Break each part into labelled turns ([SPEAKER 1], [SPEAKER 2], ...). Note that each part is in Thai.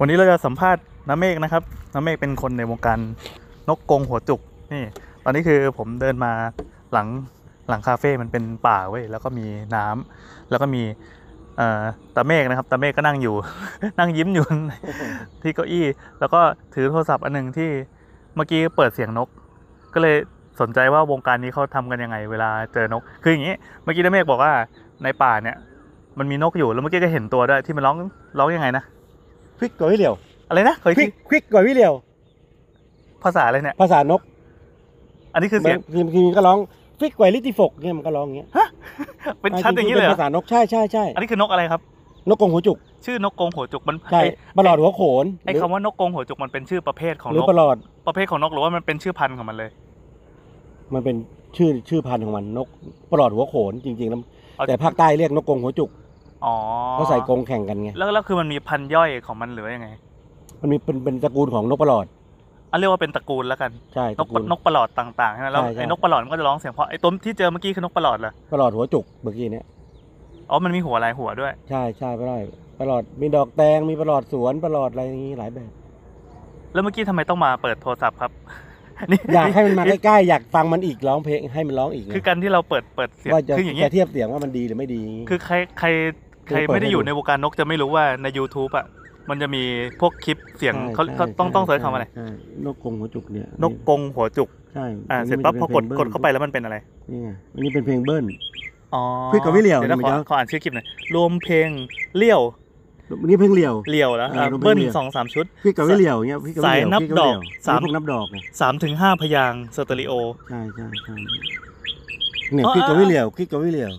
[SPEAKER 1] วันนี้เราจะสัมภาษณ์น้าเมฆนะครับน้าเมฆเป็นคนในวงการนกกรงหัวจุกนี่ ตอนนี้คือผมเดินมาหลังหลังคาเฟ่ มันเป็นป่าเว้ยแล้วก็มีน้ำแล้วก็มีเอ่อตาเมฆนะครับตาเมฆก็นั่งอยู่ นั่งยิ้มอยู่ ที่เก้าอี้ แล้วก็ถือโทรศัพท์อันหนึงที่เมื่อกี้เปิดเสียงนก ก็เลยสนใจว่าวงการนี้เขาทำกันยังไง เวลาเจอนก คืออย่างนี้ เมื่อกี้ตาเมฆบอกว่าในป่าเนี่ย มันมีนกอยู่แล้วเมื่อกี้ก็เห็นตัวด้วยที่มันร้องร้องยังไงนะ
[SPEAKER 2] ควิกกว่าพี่เหลียว
[SPEAKER 1] อะไรนะขออีก
[SPEAKER 2] ควิ
[SPEAKER 1] ที
[SPEAKER 2] กควิกกว่าพี่เหลียว
[SPEAKER 1] ภาษาอะไรเนี่ย
[SPEAKER 2] ภาษานก
[SPEAKER 1] อันนี้คือ
[SPEAKER 2] มั
[SPEAKER 1] เสียง
[SPEAKER 2] นทีมทีมนก็ร้องควิกกว่าลิติฟกเนี่ยมันก็ร้องอย่างเงี้ย
[SPEAKER 1] เป็นชัดอย่างนี้เลยเหรอ
[SPEAKER 2] ป็ภาษานกใช่ใช่ใช่
[SPEAKER 1] อันนี้คือนกอะไรครับ
[SPEAKER 2] นกกรงหัวจุก
[SPEAKER 1] ชื่อนกกรงหัวจุกมัน
[SPEAKER 2] ใช่
[SPEAKER 1] ไอ้
[SPEAKER 2] ปลอดหัวโขน
[SPEAKER 1] ไอ้คำว่านกกรงหัวจุกมันเป็นชื่อประเภทของ
[SPEAKER 2] หรื
[SPEAKER 1] น
[SPEAKER 2] อก ปลอด
[SPEAKER 1] ประเภทของนกหรือว่ามันเป็นชื่อพันธุ์ของมันเลย
[SPEAKER 2] มันเป็นชื่อชื่อพันธุ์ของมันนกปลอดหัวโขนจริงๆแล้ว
[SPEAKER 1] เอา
[SPEAKER 2] แต่ภาคใต้เรียกนกกรงหัวจุก
[SPEAKER 1] อ๋อ
[SPEAKER 2] เขาใส่กรงแข่งกันไง
[SPEAKER 1] แล้วแล้วคือมันมีพันธุ์ย่อยของมันหรือว่ายังไง
[SPEAKER 2] มันมีเป็นเป็นตระกูลของนกปลอด
[SPEAKER 1] เอาเรียกว่าเป็นตระกูลแล้วกัน
[SPEAKER 2] ใช่
[SPEAKER 1] นก
[SPEAKER 2] ตระกูล
[SPEAKER 1] นกประหลอดต่างๆใช่ไหมแล้ว
[SPEAKER 2] ใช่ใช่
[SPEAKER 1] ไอ้นกประหลอดมันก็จะร้องเสียงเพราะไอ้ต้นที่เจอเมื่อกี้คือนกประหลอดเหรอ
[SPEAKER 2] ปลอดหัวจุกเมื่อกี้เนี่ย
[SPEAKER 1] อ๋อมันมีหัวหลายหัวด้วย
[SPEAKER 2] ใช่ใช่ปลอดปลอดมีดอกแตงมีปลอดสวนปลอดอะไรอย่างงี้หลายแบบ
[SPEAKER 1] แล้วเมื่อกี้ทำไมต้องมาเปิดโทรศัพท์ครับ นี่
[SPEAKER 2] อยากให้มันมาใกล้ๆอยากฟังมันอีกร้องเพลงให้มันร้องอีกไง
[SPEAKER 1] คือการที่เราเปิดเปิดเสียง
[SPEAKER 2] ว่าจะ
[SPEAKER 1] คืออย่างนี้
[SPEAKER 2] จะเทียบเสียงว่ามันดีหรือไม่ดี
[SPEAKER 1] คือใครใครใคร
[SPEAKER 2] เปิด
[SPEAKER 1] ไม่ได้อยู่
[SPEAKER 2] ให้ดู
[SPEAKER 1] ในวงการนกจะไม่รู้ว่าใน YouTube อ่ะมันจะมีพวกคลิปเสียง
[SPEAKER 2] ใช่
[SPEAKER 1] เขา
[SPEAKER 2] ใช่
[SPEAKER 1] เขาต้องต้อง
[SPEAKER 2] ใช่
[SPEAKER 1] เสิร์ชคำว่าอะไร
[SPEAKER 2] ใช่นกกรงหัวจุกเนี่ย
[SPEAKER 1] นกกรงหัวจุก
[SPEAKER 2] ใช่
[SPEAKER 1] อ่าเสร็จปั๊บพอกดกดเข้าไปแล้วมันเป็นอะไร
[SPEAKER 2] นี่ไงอันนี้เป็นเพลงเบิ้ล
[SPEAKER 1] อ๋อ
[SPEAKER 2] คุยกับวิเหลี่ยว
[SPEAKER 1] ดี๋นะขอ
[SPEAKER 2] เนี่ยมันจะ
[SPEAKER 1] ขออ่านชื่อคลิปหน่อยรวมเพลงเลี่ยว
[SPEAKER 2] อันนี้เพลงเหลี่ยว
[SPEAKER 1] เลี่ยวแล้ว
[SPEAKER 2] อ่า
[SPEAKER 1] อ่ะ
[SPEAKER 2] รวมเพลง
[SPEAKER 1] เบิ้ล
[SPEAKER 2] เหลี่ยว
[SPEAKER 1] สองสามชุด
[SPEAKER 2] พี่กับวิเหลี่ยวเนี่ยพี่กับวิเหลี่ยว
[SPEAKER 1] สายนับ
[SPEAKER 2] พี่กัวิเหลี่ย
[SPEAKER 1] ดอก
[SPEAKER 2] ว
[SPEAKER 1] สาม
[SPEAKER 2] พวกนับดอกไง
[SPEAKER 1] สามถึงห้าพยางค์สเตอริโอ
[SPEAKER 2] ใช่ใช่ใช่เนี่ย
[SPEAKER 1] อ๋อ
[SPEAKER 2] พี่กับ
[SPEAKER 1] อ๋อ
[SPEAKER 2] วิเหลี่ยวพี่กับวิเหลี่ยว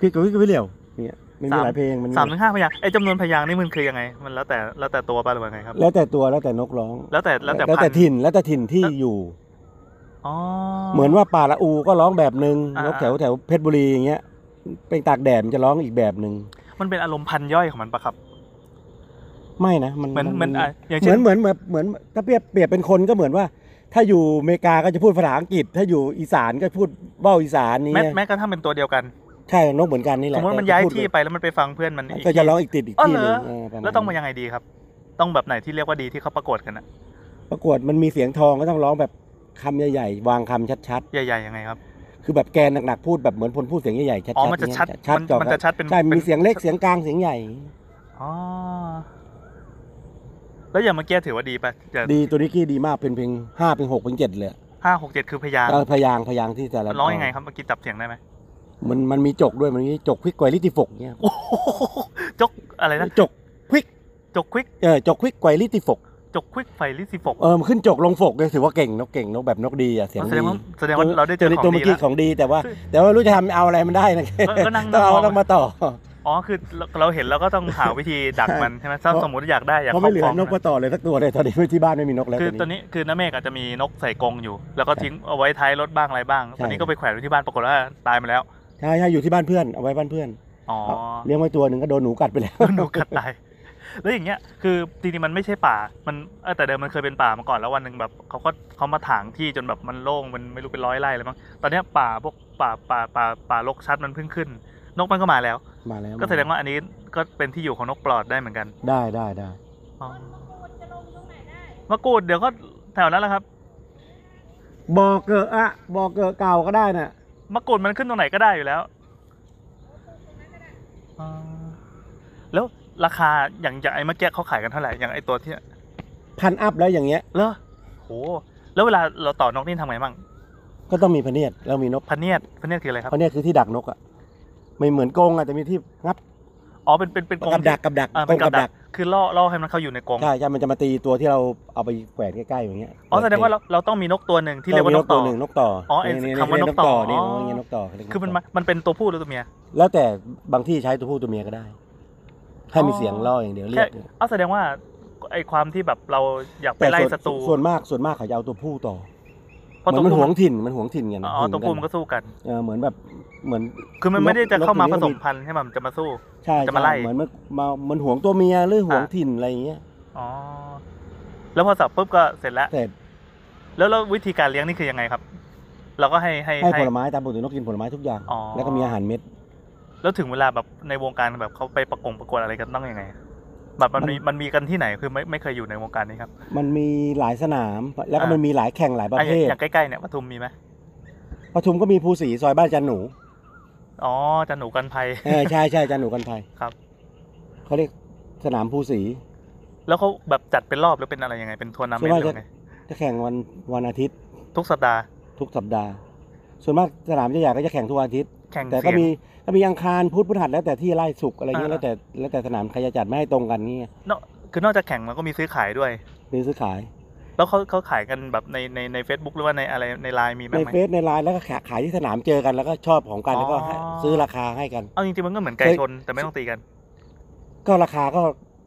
[SPEAKER 2] พี่กับวิกับวิเหลี่ยวเนี่ยมันมี
[SPEAKER 1] สาม
[SPEAKER 2] หลายเพลงมัน
[SPEAKER 1] สามถึงห้าพยางค์ไอ้จำนวนพยางค์นี่มันคือยังไง มันแล้วแต่แล้วแต่ตัวป่ะหรือว่าไงครับ
[SPEAKER 2] แล้วแต่ตัวแล้วแต่นกร้อง
[SPEAKER 1] แล้วแต่แล้วแต่พันธุ์
[SPEAKER 2] ถิ่นแล้วแต่ถิ่นที่อยู่
[SPEAKER 1] อ๋อ
[SPEAKER 2] เหมือนว่าป่าละอูก็ร้องแบบหนึ่ง
[SPEAKER 1] อ่า
[SPEAKER 2] นกแถวแถวเพชรบุรีอย่างเงี้ยเป็นตากแดดมันจะร้องอีกแบบหนึ่ง
[SPEAKER 1] มันเป็นอารมณ์พันธุ์ย่อยของมันปะครับ
[SPEAKER 2] ไม่นะมัน
[SPEAKER 1] เหมือนเหมือนอ่ะอย่าง
[SPEAKER 2] เห
[SPEAKER 1] เช่
[SPEAKER 2] มือน นเหมือนแบบเหมือนถ้าเปรียบเปรียบเป็นคนก็เหมือนว่า ถ้าอยู่อเมริกาก็จะพูดภาษาอังกฤษ ถ้าอยู่อีสานก็พูดเบ้าอีสานนี่
[SPEAKER 1] แม้แม้กระทั่งเป็นตัวเดียวกัน
[SPEAKER 2] ใช่นกเหมือนกันนี่แห
[SPEAKER 1] ส
[SPEAKER 2] ละ
[SPEAKER 1] มมติมัน
[SPEAKER 2] แต่
[SPEAKER 1] ย้าย
[SPEAKER 2] พูด
[SPEAKER 1] ที่ไปแล้วมันไปฟังเพื่อนมันอีก
[SPEAKER 2] ก็จะ
[SPEAKER 1] ที่
[SPEAKER 2] ร้องอีกติดอีก
[SPEAKER 1] อ๋อ
[SPEAKER 2] ที่
[SPEAKER 1] เหรอ
[SPEAKER 2] หนึงเออประาณ
[SPEAKER 1] แล้วต้องมายังไงดีครับ ต้องแบบไหนที่เรียกว่าดีที่เขาประกวดกันอะ
[SPEAKER 2] ประกวดมันมีเสียงทองก็ต้องร้องแบบคำใหญ่ๆ วางคำชัด
[SPEAKER 1] ใหญ่ๆยังไงครับ
[SPEAKER 2] ๆ คือแบบแกนหนักๆพูดแบบเหมือนคนพูดเสียงใหญ่ๆชัดๆ
[SPEAKER 1] อ๋อมันจะชัด
[SPEAKER 2] อย่างเงี้ยชัด
[SPEAKER 1] มัน
[SPEAKER 2] จ่อ
[SPEAKER 1] มันจะชัดเป็น
[SPEAKER 2] ใช่
[SPEAKER 1] ป็น
[SPEAKER 2] มีเสียงเล็กเสียงกลางเสียงใหญ่
[SPEAKER 1] อ๋อแล้วอย่างเมื่อกี้ถือว่าดีป่ะจะ
[SPEAKER 2] ดีตัวนิกกี้ดีมากเป็นเพลงห้าเพลงหกเพลงเจ็ดเลย
[SPEAKER 1] ห้าหกเจ็ดคือพยางค์
[SPEAKER 2] เออพยางค์พยางค์ที่แต่ละ
[SPEAKER 1] ร้องยังไงครับเมื่อกี้จับเสียงได้ไหม
[SPEAKER 2] มันมันมีจกด้วยมันมีจกควิกไกวลิติฟกเนี่ย
[SPEAKER 1] โอ้โหจกอะไรนะ
[SPEAKER 2] จกควิก
[SPEAKER 1] จกควิก
[SPEAKER 2] เออจกควิกไกวลิติฟก
[SPEAKER 1] จกควิกไฟลิสิฟก
[SPEAKER 2] เออมันขึ้นจกลงฟกเลยถือว่าเก่งนกเก่งนกแบบนกดีอ่ะเสียง
[SPEAKER 1] แสด
[SPEAKER 2] ดี
[SPEAKER 1] งว่าแสดงว่าเราได้เจ
[SPEAKER 2] ตัว
[SPEAKER 1] อ
[SPEAKER 2] นี้
[SPEAKER 1] ของ
[SPEAKER 2] ตัวเมื่
[SPEAKER 1] ดี
[SPEAKER 2] อกี้
[SPEAKER 1] แล้ว
[SPEAKER 2] ของดีแต่ว่า
[SPEAKER 1] ซึ่ง
[SPEAKER 2] แต่ว่ารู้จะทำเอาอะไรมันได้นะ
[SPEAKER 1] ก็ก็นั่ง
[SPEAKER 2] ต้องเอา
[SPEAKER 1] มอง
[SPEAKER 2] ต้องมาต่อ
[SPEAKER 1] อ๋อคือเราเราเห็นเราก็ต้องหาวิธีดักมันใช่ไหมถ้า
[SPEAKER 2] เพราะ
[SPEAKER 1] สมมติอยากได้อยาก
[SPEAKER 2] เพราะไม่เหลือ
[SPEAKER 1] ครบครอง
[SPEAKER 2] น
[SPEAKER 1] มั
[SPEAKER 2] ก
[SPEAKER 1] น
[SPEAKER 2] มาต่อเลยสักตัวเลยตอนนี้ที่บ้านไม่มีนกแล้ว
[SPEAKER 1] คือต
[SPEAKER 2] ต
[SPEAKER 1] อ
[SPEAKER 2] อน นนี้
[SPEAKER 1] นี้คือน้าเมฆอาจจะมีนกใส่กรงอยู่ แล้วก็
[SPEAKER 2] ใช่
[SPEAKER 1] ทิ้งเอาไว้ท้ายรถบ้างอะไรบ้าง
[SPEAKER 2] ใช่
[SPEAKER 1] ตอนนี้ก็ไปแขวนไว้ที่บ้านปรากฏว่าตายมาแล้ว
[SPEAKER 2] ใช่ใช่อยู่ที่บ้านเพื่อนเอาไว้บ้านเพื่อน
[SPEAKER 1] อ๋อ
[SPEAKER 2] เลี้ยงไว้ตัวหนึ่งก็โดนหนูกัดไปแล้ว
[SPEAKER 1] นกกัดตาย แล้วอย่างเงี้ยคือจริงๆมันไม่ใช่ป่า มันเอ้อแต่เดิมมันเคยเป็นป่ามาก่อนแล้ววันหนึ่งแบบเขาก็เขามาถางที่จนแบบมันโล่งมันไม่รู้เป็นร้อยไร่เลยมั้งตอนเนี้ยป่าพวกป่าป่าป่าป่ารกชัดมันเพิ่งขึ้น นกมันก็มาแล้ว
[SPEAKER 2] มาแล้ว
[SPEAKER 1] ก็แสดงว่าอันนี้ก็เป็นที่อยู่ของนกปลอดได้เหมือนกัน
[SPEAKER 2] ได้ได้ได้
[SPEAKER 1] อ๋อมะกรูดเดี๋ยวก็แถวนั้นแหละครับ
[SPEAKER 2] บอกเกอะอะบอกเกอะเก่าก็ได้น่ะ
[SPEAKER 1] มะกรูดมันขึ้นตรงไหนก็ได้อยู่แล้ว อ่าแล้วราคาอย่างอย่างไอ้เมื่อกี้เขาขายกันเท่าไหร่อย่างไอ้ตัวที่
[SPEAKER 2] พันอัพแล้วอย่างเงี้ย
[SPEAKER 1] เลอโหแล้วเวลาเราต่อนกนี่ทำไงบ้าง
[SPEAKER 2] ก็ต้องมีพะเนียดแล้วมีนก
[SPEAKER 1] พันเนียดพันเนียดคืออะไรครับ
[SPEAKER 2] พะเนียดคือที่ดักนกอ่ะไม่เหมือนกรงอ่ะแต่มีที่งับ
[SPEAKER 1] อ๋อเป็นเป็นเป็นกรง
[SPEAKER 2] กับดักกับดัก
[SPEAKER 1] อ่าก เป็
[SPEAKER 2] ร
[SPEAKER 1] น
[SPEAKER 2] ง
[SPEAKER 1] กับ
[SPEAKER 2] กั
[SPEAKER 1] บ ดั
[SPEAKER 2] ดั
[SPEAKER 1] ก
[SPEAKER 2] ก
[SPEAKER 1] คือล่อล่อให้มันเข้าอยู่ในกรง
[SPEAKER 2] ใช่ใช่มันจะมาตีตัวที่เราเอาไปแขวนใกล้ๆอย่างเงี้ย
[SPEAKER 1] อ๋อแสดงว่าเราเราต้องมีนกตัวหนึ่งที่เรียกว่านกต่
[SPEAKER 2] ตั
[SPEAKER 1] อ
[SPEAKER 2] วหนึ่งนกต่อ
[SPEAKER 1] อ
[SPEAKER 2] อ๋
[SPEAKER 1] ไอ้คำว่านกต่อ
[SPEAKER 2] นี่
[SPEAKER 1] อ๋อ
[SPEAKER 2] เรียกนกต่อเรียกกต่
[SPEAKER 1] คือมันมามันเป็นตัวผู้หรือตัวเมีย
[SPEAKER 2] แล้วแต่บางที่ใช้ตัวผู้ตัวเมียก็ได้แค่มีเสียงล่ออย่างเดียวเรี
[SPEAKER 1] แค่
[SPEAKER 2] ยกเนี่ย
[SPEAKER 1] เอาแสดงว่าไอ้ความที่แบบเราอยากไปไล่
[SPEAKER 2] ส่วน
[SPEAKER 1] ศัตรู
[SPEAKER 2] ส่วนมากส่วนมากเขาจะเอาตัวผู้ต่อ
[SPEAKER 1] เพราะ
[SPEAKER 2] เหมื
[SPEAKER 1] ตัวน
[SPEAKER 2] อมันห
[SPEAKER 1] ผู้
[SPEAKER 2] วงถิ่นมันหวงถิ่นกัน
[SPEAKER 1] อ๋อตัวผู้มันก็สู้กัน
[SPEAKER 2] เออเหมือนแบบเหมือน
[SPEAKER 1] คือมันไม่ได้จะ
[SPEAKER 2] นก
[SPEAKER 1] เข้ามาผ
[SPEAKER 2] ตัวนี้
[SPEAKER 1] ส
[SPEAKER 2] มัน
[SPEAKER 1] ม
[SPEAKER 2] มี
[SPEAKER 1] พันธุ์ให้มันจะมาสู้
[SPEAKER 2] ใช่
[SPEAKER 1] จะมาไล่
[SPEAKER 2] ใช่เหมือนมันมามันหวงตัวเมียหรือหวง
[SPEAKER 1] อ่ะ
[SPEAKER 2] ถิ่นอะไรอย่างเงี้ย
[SPEAKER 1] อ๋อแล้วพอสับปุ๊บก็เสร็จแล้ว
[SPEAKER 2] แต่
[SPEAKER 1] แล้วแล้ววิธีการเลี้ยงนี่คือยังไงครับ เราก็ให้ให้
[SPEAKER 2] ให้ผลไม้ตามปกตินกกินผลไม้ทุกอย่าง
[SPEAKER 1] อ๋อ
[SPEAKER 2] แล้วก็มีอาหารเม็ด
[SPEAKER 1] แล้วถึงเวลาแบบในวงการแบบเขาไปประกงประกวดอะไรกันต้องยังไง แบบมันมีมันมีกันที่ไหนคือไม่ไม่เคยอยู่ในวงการนี้ครับ
[SPEAKER 2] มันมีหลายสนาม แล้วก็
[SPEAKER 1] อ่ามั
[SPEAKER 2] มันมีหลายแข่งหลายประ
[SPEAKER 1] อ่ะอ
[SPEAKER 2] เภ
[SPEAKER 1] ย่าง
[SPEAKER 2] ท
[SPEAKER 1] อย่างใกล้ๆเนี่ยปทุมมีไหม
[SPEAKER 2] ปทุมก็มีภูสีซอยบ้าน อาจันหนู
[SPEAKER 1] อ๋อจันหนูกันภัย
[SPEAKER 2] เออใช่ใช่อาจันหนูกันภัย
[SPEAKER 1] ครับ
[SPEAKER 2] เขาเรียกสนามภูสี
[SPEAKER 1] แล้วเขาแบบจัดเป็นรอบหรือเป็นอะไรยังไงเป็นทัวร์นาเมนต์ห
[SPEAKER 2] ส่วนมาก
[SPEAKER 1] รือไง
[SPEAKER 2] จะแข่งวันวันอาทิตย์
[SPEAKER 1] ทุกสัปดาห์
[SPEAKER 2] ทุกสัปดาห์ ส่วนมากสนามใหญ่ๆก็จะแข่งทุกวันอาทิตย์
[SPEAKER 1] แข่ง
[SPEAKER 2] แต่
[SPEAKER 1] เสี
[SPEAKER 2] ก็
[SPEAKER 1] ยง
[SPEAKER 2] มีก็มีอังคารพุธพฤหัสแล้วแต่ที่ไล่สุกร์อะไรเงี้ย
[SPEAKER 1] อ่า
[SPEAKER 2] แล้วแต่แล้วแต่สนามใครจะจัดไม่ให้ตรงกันนี่
[SPEAKER 1] นอกคือนอกจากแข่งมันก็มีซื้อขายด้วย
[SPEAKER 2] มีซื้อขาย
[SPEAKER 1] แล้วเขาเขาขายกันแบบในในในเฟซบุ๊กหรือว่าในอะไรในไลน์มีบ้า
[SPEAKER 2] ใน
[SPEAKER 1] งไหม
[SPEAKER 2] เฟซในไลน์แล้วก็ขายขายที่สนามเจอกันแล้วก็ชอบของกันแล้วก็
[SPEAKER 1] อ๋อ
[SPEAKER 2] ซื้อราคาให้กัน
[SPEAKER 1] เอาจริงๆมันก็เหมือนไก่ชนแต่ไม่ต้องตีกัน
[SPEAKER 2] ก็ราคาก็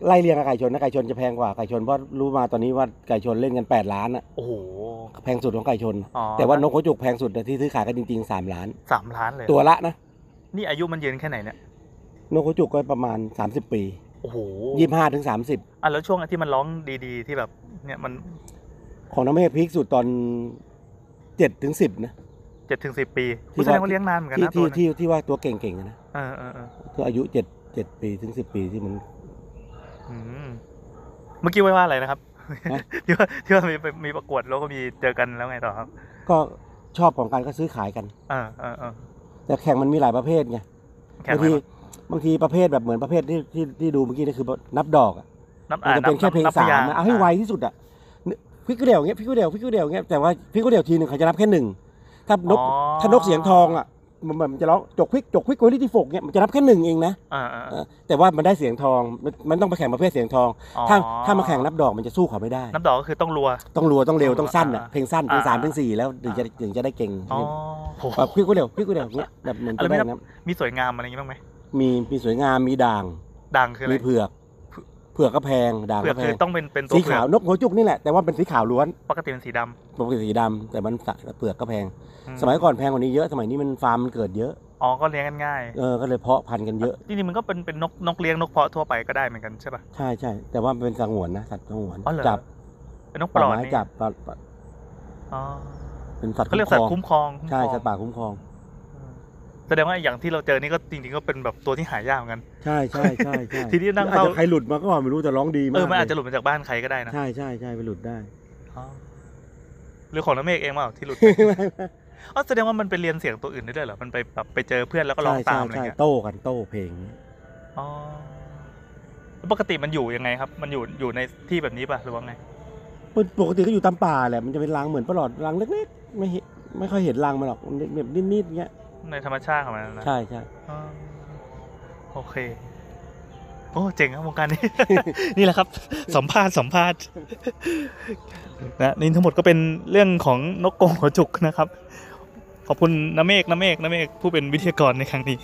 [SPEAKER 2] ไล่เรียงกับไก่ชนนะไก่ชนจะแพงกว่าไก่ชนเพราะรู้มาตอนนี้ว่าไก่ชนเล่นกัน 8 ล้านอะ
[SPEAKER 1] โอ้โห
[SPEAKER 2] แพงสุดของไก่ชน
[SPEAKER 1] อ๋อ
[SPEAKER 2] แต่ว่านกหัวจุกแพงสุดนะที่ซื้อขายกันจริง ๆ 3 ล้าน
[SPEAKER 1] สามล้านเลย
[SPEAKER 2] ตัวละนะ
[SPEAKER 1] นี่อายุมันยืนแค่ไหนเนี่ย
[SPEAKER 2] นกหัวจุกก็ประมาณ 30 ปี
[SPEAKER 1] โอ้โห
[SPEAKER 2] 25ถึง30
[SPEAKER 1] อ่ะแล้วช่วงที่มันร้องดีๆ ที่แบบเนี่ยมัน
[SPEAKER 2] ของน้ำเมฆพีคสุดตอน7ถึง10นะ
[SPEAKER 1] เจ็ดถึงสิบปี
[SPEAKER 2] ที่
[SPEAKER 1] คุณแสดง
[SPEAKER 2] ว่า
[SPEAKER 1] ว่าเลี้ยงนานเหมือนกัน
[SPEAKER 2] ที่
[SPEAKER 1] นะตั
[SPEAKER 2] ที่
[SPEAKER 1] วเนี่ย
[SPEAKER 2] ที่ที่ว่าตัวเก่งๆอะนะ
[SPEAKER 1] เออเออเออ
[SPEAKER 2] ตัวอายุ7 7ปีถึง10 ปีที่มัน
[SPEAKER 1] อืมเมื่อกี้ไว้ว่าอะไรนะครับ
[SPEAKER 2] ฮะ
[SPEAKER 1] ที่ว่าที่ว่ามีไปมีประกวดแล้วก็มีเจอกันแล้วไงต่อครับ
[SPEAKER 2] ก็ชอบของกันก็ซื้อขายกัน
[SPEAKER 1] เออเออเออ
[SPEAKER 2] แต่แข่งมันมีหลายประเภทไง
[SPEAKER 1] แข่ง
[SPEAKER 2] บาง
[SPEAKER 1] อะไร
[SPEAKER 2] ที
[SPEAKER 1] บ้าง
[SPEAKER 2] บางทีประเภทแบบเหมือนประเภทที่ที่ที่ดูเมื่อกี้นี่คือนับดอกอะ
[SPEAKER 1] นับ
[SPEAKER 2] มัน
[SPEAKER 1] อ่า
[SPEAKER 2] จะเป็นแค่เพลง
[SPEAKER 1] นับ
[SPEAKER 2] สาม
[SPEAKER 1] นับพยง
[SPEAKER 2] นะเอาให้ไวที่สุดอ่ะพริกกระเดี่ยวเงี้ยพริกกระเดี่ยวพริกกระเดี่ยวเงี้ยแต่ว่าพริกกระเดี่ยวทีหนึ่งเขาจะนับแค่หนึ่งถ้านก
[SPEAKER 1] อ๋อ
[SPEAKER 2] ถ้านกเสียงทองอ่ะมันมันจะร้องจกพริกจกพริกกระเดี่ยวที่ฝกเงี้ยมันจะนับแค่หนึ่งเองนะ
[SPEAKER 1] เออเออเอ
[SPEAKER 2] เอ
[SPEAKER 1] อ
[SPEAKER 2] อแต่ว่ามันได้เสียงทองมันมันต้องไปแข่งประเภทเสียงทอง ถ้า
[SPEAKER 1] อ๋อ
[SPEAKER 2] ถ้ามาแข่งนับดอกมันจะสู้เขาไม่ได้
[SPEAKER 1] นับดอกก็คือต้องรัว
[SPEAKER 2] ต้องรัวต้องเร็วต้องสั้นอ่ะ
[SPEAKER 1] อ่า
[SPEAKER 2] เพลงสั้นเพลงสาม
[SPEAKER 1] อ่า
[SPEAKER 2] เพลงสี่แล้วถึงจะถึงจะได้เก่ง
[SPEAKER 1] อ๋อ
[SPEAKER 2] ขึ้น
[SPEAKER 1] โห
[SPEAKER 2] แบบพริกกระเดี่ยวพริกกระเดี่ยวเงี้ยแบบเหมือนจะได้
[SPEAKER 1] อะไรไม่นั
[SPEAKER 2] นะ
[SPEAKER 1] บ มีสวยงามอะไรอย่างงี้บ้างไหม
[SPEAKER 2] มีมีสวยงามมีด่าง
[SPEAKER 1] ด่างคืออะไร
[SPEAKER 2] มีเผือก เผือกก็แพง ด่าง
[SPEAKER 1] เผือ
[SPEAKER 2] ก็
[SPEAKER 1] ก
[SPEAKER 2] แพ
[SPEAKER 1] คือง ต้องเป็นเป็นตัว
[SPEAKER 2] สี
[SPEAKER 1] เผื
[SPEAKER 2] ขา
[SPEAKER 1] อ
[SPEAKER 2] ว
[SPEAKER 1] ก
[SPEAKER 2] นกหัวจุกนี่แหละ แต่ว่าเป็นสีขาวล้วน
[SPEAKER 1] ปกติเป็นสีดำ
[SPEAKER 2] ปกติสีดำ แต่มันสักเผือกก็แพง
[SPEAKER 1] อื
[SPEAKER 2] สมัยก่อนแพงกว่านี้เยอะ สมัยนี้มันฟาร์มมันเกิดเยอะ
[SPEAKER 1] อ๋อก็เลี้ยงกันง่าย
[SPEAKER 2] เออ ก็เลยเพาะพันธุ์กันเยอะ
[SPEAKER 1] จริงๆมันก็เป็นเป็นนกนกเลี้ยงนกเพาะทั่วไปก็ได้เหมือนกันใช่ป่ะ
[SPEAKER 2] ใช่ใช่ แต่ว่ามันเป็นสังวนนะ สัตว์สังวน
[SPEAKER 1] อ๋อเหรอ
[SPEAKER 2] จับ
[SPEAKER 1] เป็นนกป
[SPEAKER 2] ป่า
[SPEAKER 1] ลอด
[SPEAKER 2] ไม้
[SPEAKER 1] นี่
[SPEAKER 2] จับปลาปลา
[SPEAKER 1] อ๋อ
[SPEAKER 2] เป็นสัตว์
[SPEAKER 1] เขาเรียกสัตว์
[SPEAKER 2] คุ้
[SPEAKER 1] คุ้
[SPEAKER 2] ม
[SPEAKER 1] มค
[SPEAKER 2] คร
[SPEAKER 1] รอง
[SPEAKER 2] อง
[SPEAKER 1] คุ้มคร
[SPEAKER 2] ใช่
[SPEAKER 1] อง
[SPEAKER 2] สัตว์ป่าคุ้มครอง
[SPEAKER 1] อืมแสดงว่าอย่างที่เราเจอนี่ก็จริงๆก็เป็นแบบตัวที่หายากเหมือนกัน
[SPEAKER 2] ใช่ใช่ใช่ใช่
[SPEAKER 1] ทีนี้นั่ง
[SPEAKER 2] อาจ
[SPEAKER 1] เศร้า
[SPEAKER 2] จะใครหลุดมาก็ไม่รู้แต่ร้องดีมาก
[SPEAKER 1] เออมันอาจจะหลุดมาจากบ้านใครก็ได้นะ
[SPEAKER 2] ใช่ใช่ใช่ไปหลุดได้
[SPEAKER 1] อ๋อหรือของน้ำเมฆเองเปล่า ที่หลุดอ๋อแสดงว่ามันไปเรียนเสียงตัวอื่นได้ด้วยเหรอมันไปแบบไปเจอเพื่อนแล้วก็ร้อง
[SPEAKER 2] ใช่
[SPEAKER 1] ตา
[SPEAKER 2] ใช่
[SPEAKER 1] มอะไร
[SPEAKER 2] ใช่
[SPEAKER 1] เงี้ย
[SPEAKER 2] โต้กันโต้เพลง
[SPEAKER 1] อ๋อแล้วปกติมันอยู่ยังไงครับ มันอยู่อยู่ในที่แบบนี้ป่ะหรือว่าไง
[SPEAKER 2] มันปกติก็อยู่ตามป่าแหละ มันจะเป็นรังเหมือนปลาหลอดรังเล็กๆ ไม่เห็นไม่ค่อยเห็นรังมันหรอกมันแบบนิดๆเงี้ย
[SPEAKER 1] ในธรรมชาติของมันนะ
[SPEAKER 2] ใช่ใช่
[SPEAKER 1] อ๋อโอเค โอ้เจ๋งครับวงการนี้ นี่แหละครับ สัมภาษณ์สัมภาษณ์นะนี่ทั้งหมดก็เป็นเรื่องของนกกรงหัวจุกนะครับ ขอบคุณน้าเมฆน้าเมฆน้าเมฆผู้เป็นวิทยากรในครั้งนี้